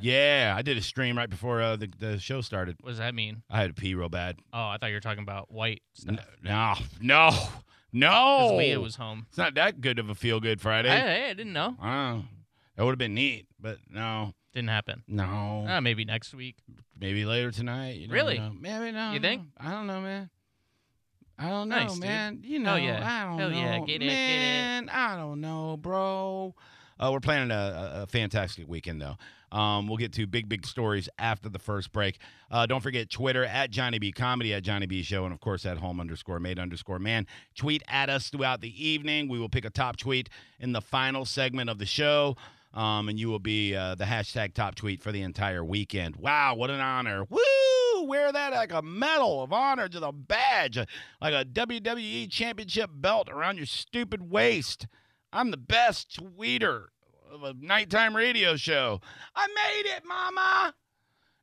Yeah, I did a stream right before uh, the, the show started. What does that mean? I had to pee real bad. Oh, I thought you were talking about white N- stuff. No, no, Because no. Leah was home. It's not that good of a feel good Friday. Hey, I, uh, didn't know. Wow. That would have been neat, but no, Didn't happen. no. Uh, maybe next week. Maybe later tonight. You never Really? know. Maybe no. You no. think? I don't know, man. I don't know, Nice, dude. man. You know, Oh, yeah. I don't Hell know, yeah. Get it, get it. man. I don't know, bro. Uh, we're planning a, a- a fantastic weekend, though. Um, we'll get to big, big stories after the first break. Uh, don't forget Twitter at Johnny B Comedy at Johnny B Show, and of course at home underscore made underscore man. Tweet at us throughout the evening. We will pick a top tweet in the final segment of the show, um, and you will be uh, the hashtag top tweet for the entire weekend. Wow, what an honor! Woo! Wear that like a medal of honor to the badge, like a WWE championship belt around your stupid waist. I'm the best tweeter of a nighttime radio show. I made it, mama.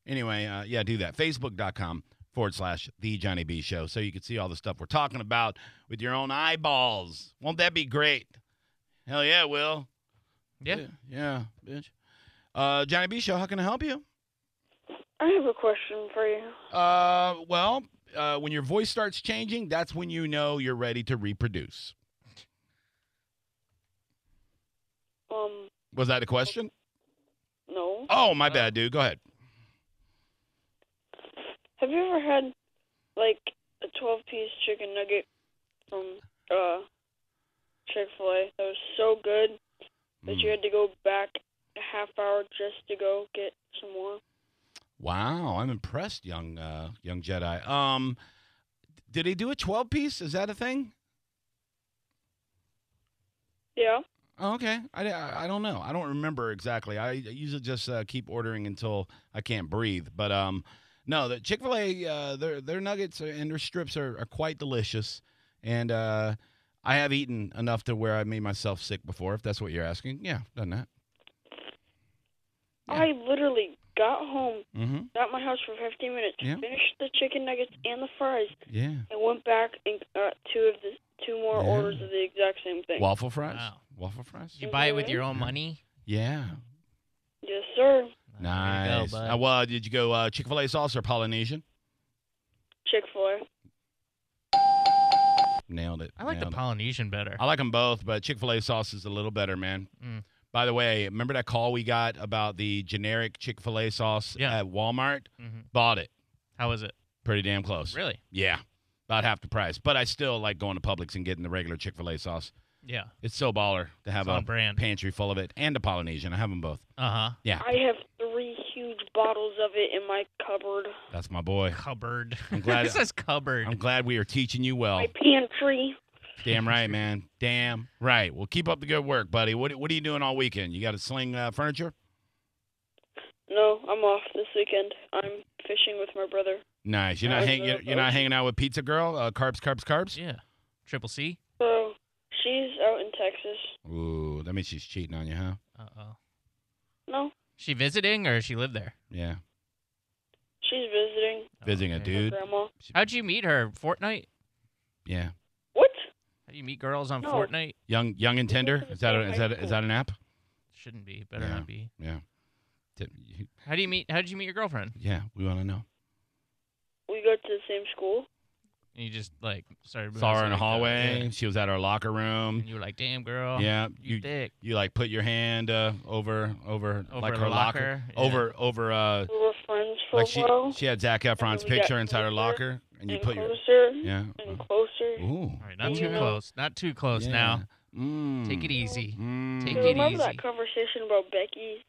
Anyway, uh, yeah, do that. Facebook.com forward slash The Johnny B Show. So you can see all the stuff we're talking about with your own eyeballs. Won't that be great? Hell yeah, it will. Yeah. Yeah, bitch. Uh, Johnny B Show, how can I help you? I have a question for you. Uh, well, uh, when your voice starts changing, that's when you know you're ready to reproduce. Um, Was that a question? no. Oh, my bad, dude. Go ahead. Have you ever had like a twelve-piece chicken nugget from uh Chick Fil A that was so good that Mm. you had to go back a half hour just to go get some more? Wow, I'm impressed, young uh, young Jedi. Um, did he do a 12 piece? Is that a thing? Yeah. Oh, okay, I, I, I don't know. I don't remember exactly. I usually just uh, keep ordering until I can't breathe. But um, no, the Chick Fil A uh, their their nuggets and their strips are, are quite delicious, and uh, I have eaten enough to where I made myself sick before. If that's what you're asking, yeah, done that. Yeah. I literally got home, Mm-hmm. got my house for 15 minutes, Yeah. finished the chicken nuggets and the fries, Yeah. and went back and got two of the two more Yeah. orders of the exact same thing. Waffle fries. Wow. Waffle fries. Did you buy it with your own money? Yeah. yes, There you sir. go, Nice. bud. Uh, well, did you go uh, Chick Fil A sauce or Polynesian? Chick Fil A. Nailed it. I like the nailed it. Polynesian better. I like them both, but Chick Fil A sauce is a little better, man. Mm. By the way, remember that call we got about the generic Chick Fil A sauce Yeah. at Walmart? Mhm. Bought it. How was it? Pretty damn close. Really? Yeah, about half the price. But I still like going to Publix and getting the regular Chick Fil A sauce. Yeah. It's so baller to have It's on a brand. pantry full of it and a Polynesian. I have them both. Uh huh. Yeah, I have three huge bottles of it in my cupboard. that's my boy. Cupboard. I'm glad- this is cupboard. I'm glad we are teaching you well. My pantry. Damn right, man. Damn right. Well, keep up the good work, buddy. What What are you doing all weekend? You got to sling uh, furniture? No, I'm off this weekend. I'm fishing with my brother. Nice. You're not Uh, hang, you're, you're not hanging out with Pizza Girl. Uh, carbs, carbs, carbs. yeah. Triple C. So she's out in Texas. Ooh, that means she's cheating on you, huh? Uh oh. No, She visiting or she lived there? Yeah, she's visiting visiting Okay. a dude. her grandma. How'd you meet her? Fortnite? Yeah, What? How do you meet girls on No. Fortnite? young, young and tender. Is that a, is that is that an app? Shouldn't be. Better Yeah. not be. Yeah. T- How do you meet? How did you meet your girlfriend? Yeah, we want to know. We go to the same school. And you just like started. Saw her in the like that, hallway. yeah. She was at our locker room. And you were like, "Damn, girl. Mm. Yeah, you, you thick." you like put your hand uh, over over Over like the her locker, yeah. over over uh We were friends for like a she while. she had Zach Efron's we got picture inside her closer locker and you and put your closer yeah. and closer. Ooh. All right, not Yeah. too close. Not too close now. Mm. Take it easy. Mm. Take Do it you remember easy. that conversation about Becky?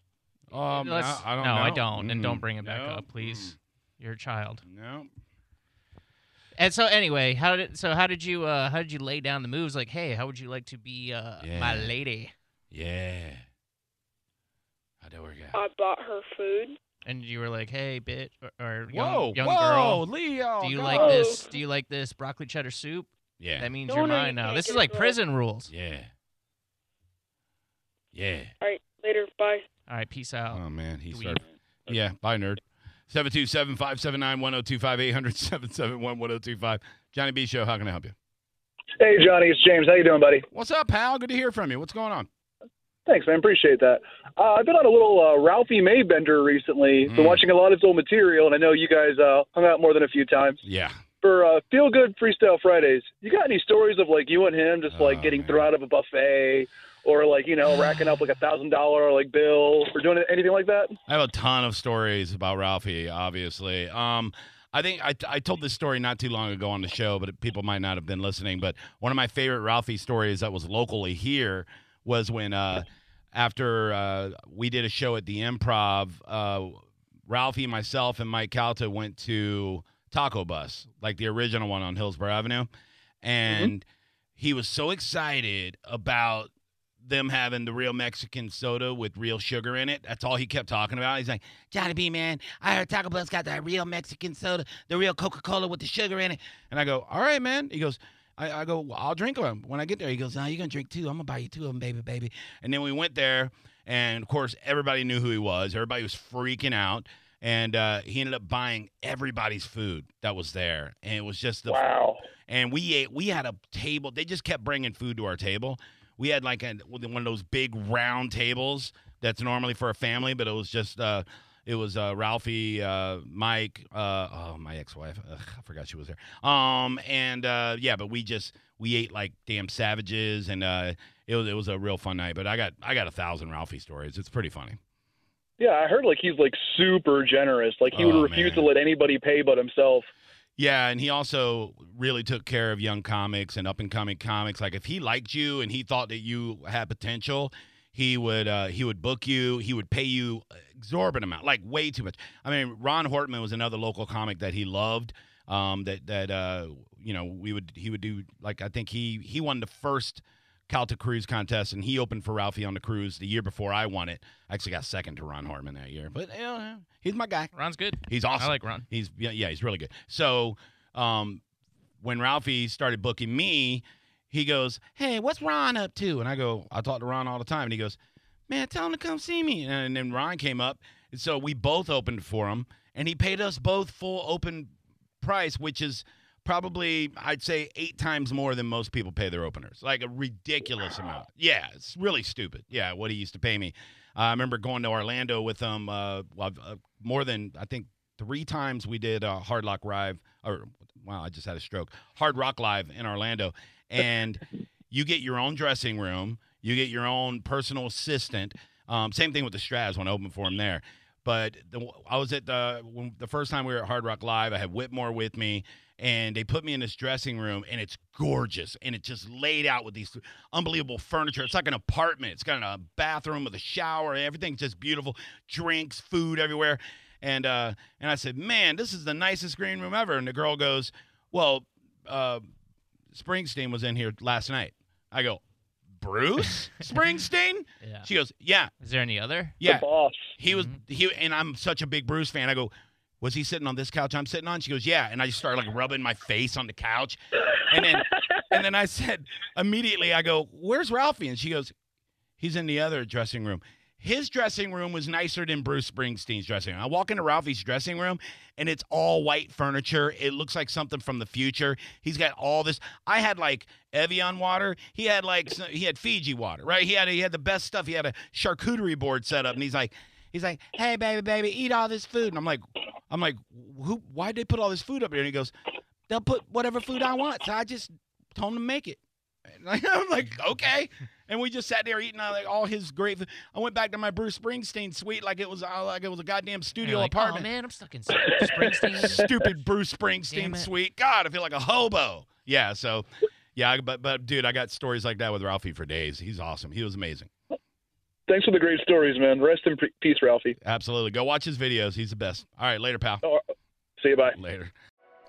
Um, Let's- I, I don't no, I know. don't. And don't Mm. bring it back No. up, please. You're a child. Mm. No. And so, anyway, how did so? How did you uh, how did you lay down the moves? Like, hey, how would you like to be uh, Yeah. my lady? Yeah. How that work out? I bought her food. And you were like, "Hey, bitch," or, or young, whoa, young whoa, Oh, girl, Leo. do you no. like no. this? Do you like this broccoli cheddar soup? Yeah. That means No, you're no, you mine now. can't This get is it like wrong. prison rules. Yeah. Yeah. All right, later. Bye. All right, peace out. Oh man, he Dweeb. started. Yeah, bye nerd. 727-579-1025-800-771-1025. Johnny B show, how can I help you? Hey, Johnny, it's James. How you doing, buddy? What's up, pal? Good to hear from you. What's going on? Thanks, man. Appreciate that. Uh, I've been on a little uh, Ralphie May bender recently. Mm. Been watching a lot of his old material, and I know you guys uh, hung out more than a few times Yeah. for uh, Feel Good Freestyle Fridays. You got any stories of like you and him just like Oh, getting man. thrown out of a buffet, or like you know racking up like a thousand dollar like bill, or doing anything like that? I have a ton of stories about Ralphie, obviously. Um, I think I, I told this story not too long ago on the show, but people might not have been listening. But one of my favorite Ralphie stories that was locally here was when uh, after uh, we did a show at the Improv, uh, Ralphie, myself, and Mike Calta went to Taco Bus, like the original one on Hillsborough Avenue, and he was so excited about them having the real Mexican soda with real sugar in it. That's all he kept talking about. He's like, Johnny B, man, I heard Taco Bell's got that real Mexican soda, the real Coca Cola with the sugar in it. And I go, All right, man. He goes, I, I go, well, I'll drink them when I get there. He goes, No, you're going to drink two. I'm going to buy you two of them, baby, baby. And then we went there, and of course, everybody knew who he was. Everybody was freaking out. And uh, he ended up buying everybody's food that was there. And it was just the Wow. and we ate. We had a table. They just kept bringing food to our table. We had like a, one of those big round tables that's normally for a family, but it was just uh, it was uh, Ralphie, uh, Mike, uh, oh my ex-wife. Ugh, I forgot she was there. Um, and uh, yeah, but we just we ate like damn savages, and uh, it was it was a real fun night. But I got I got a thousand Ralphie stories. It's pretty funny. Yeah, I heard like he's like super generous. Like he Oh, would refuse man. to let anybody pay but himself. Yeah, and he also really took care of young comics and up and coming comics. Like if he liked you and he thought that you had potential, he would uh, he would book you. He would pay you exorbitant amount, like way too much. I mean, Ron Hortman was another local comic that he loved. Um, that that uh, you know we would he would do like I think he he won the first Calta Cruise contest and he opened for Ralphie on the cruise the year before I won it. I actually got second to Ron Hortman that year, but you know, he's my guy. Ron's good. He's awesome. I like Ron. He's yeah, yeah, he's really good. So, um, when Ralphie started booking me, he goes, "Hey, what's Ron up to?" And I go, "I talk to Ron all the time," and he goes, "Man, tell him to come see me." And then Ron came up, and so we both opened for him, and he paid us both full open price, which is probably I'd say eight times more than most people pay their openers, like a ridiculous amount. Yeah, it's really stupid. Yeah, what he used to pay me. I remember going to Orlando with him. Uh, well, uh, more than I think three times we did uh, Hard Rock Live, or wow, I just had a stroke. Hard Rock Live in Orlando, and you get your own dressing room, you get your own personal assistant. Um, same thing with the Straz when I opened for him there. But the, I was at the when, the first time we were at Hard Rock Live. I had Whitmore with me, and they put me in this dressing room, and it's gorgeous, and it's just laid out with these unbelievable furniture. It's like an apartment. It's got a bathroom with a shower. Everything's just beautiful. Drinks, food everywhere. And uh, and I said, man, this is the nicest green room ever. And the girl goes, well, uh, Springsteen was in here last night. I go, Bruce Springsteen? Yeah. She goes, yeah, Is there any other? yeah. The boss. He was he and I'm such a big Bruce fan. I go, was he sitting on this couch I'm sitting on? She goes, yeah. And I just started like rubbing my face on the couch, and then and then I said immediately, I go, where's Ralphie? And she goes, he's in the other dressing room. His dressing room was nicer than Bruce Springsteen's dressing room. I walk into Ralphie's dressing room and it's all white furniture. It looks like something from the future. He's got all this. I had like Evian water. He had like some, he had Fiji water, right? He had he had the best stuff. He had a charcuterie board set up, and he's like, he's like, hey baby, baby, eat all this food. And I'm like, I'm like, who? Why'd they put all this food up here? And he goes, they'll put whatever food I want. So I just told him to make it. And I'm like, okay. And we just sat there eating uh, like all his great. Food. I went back to my Bruce Springsteen suite like it was uh, like it was a goddamn And studio you're like, apartment Oh man, I'm stuck in Springsteen. stupid Bruce Damn Springsteen it. suite. God, I feel like a hobo. Yeah, so yeah, I- but but dude, I got stories like that with Ralphie for days. He's awesome. He was amazing. Thanks for the great stories, man. Rest in peace, Ralphie. Oh, uh, Absolutely. Go watch his videos. He's the best. All right, later, pal. See you. Bye. Later.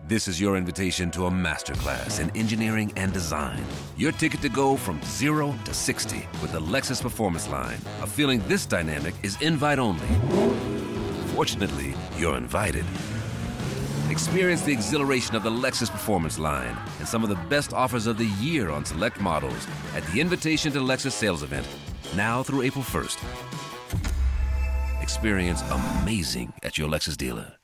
This is your invitation to a masterclass in engineering and design. Your ticket to go from zero to 60 with the Lexus Performance Line. A feeling this dynamic is invite only. Fortunately, you're invited. Experience the exhilaration of the Lexus Performance Line and some of the best offers of the year on select models at the Invitation to Lexus sales event, now through April 1st. Experience amazing at your Lexus dealer.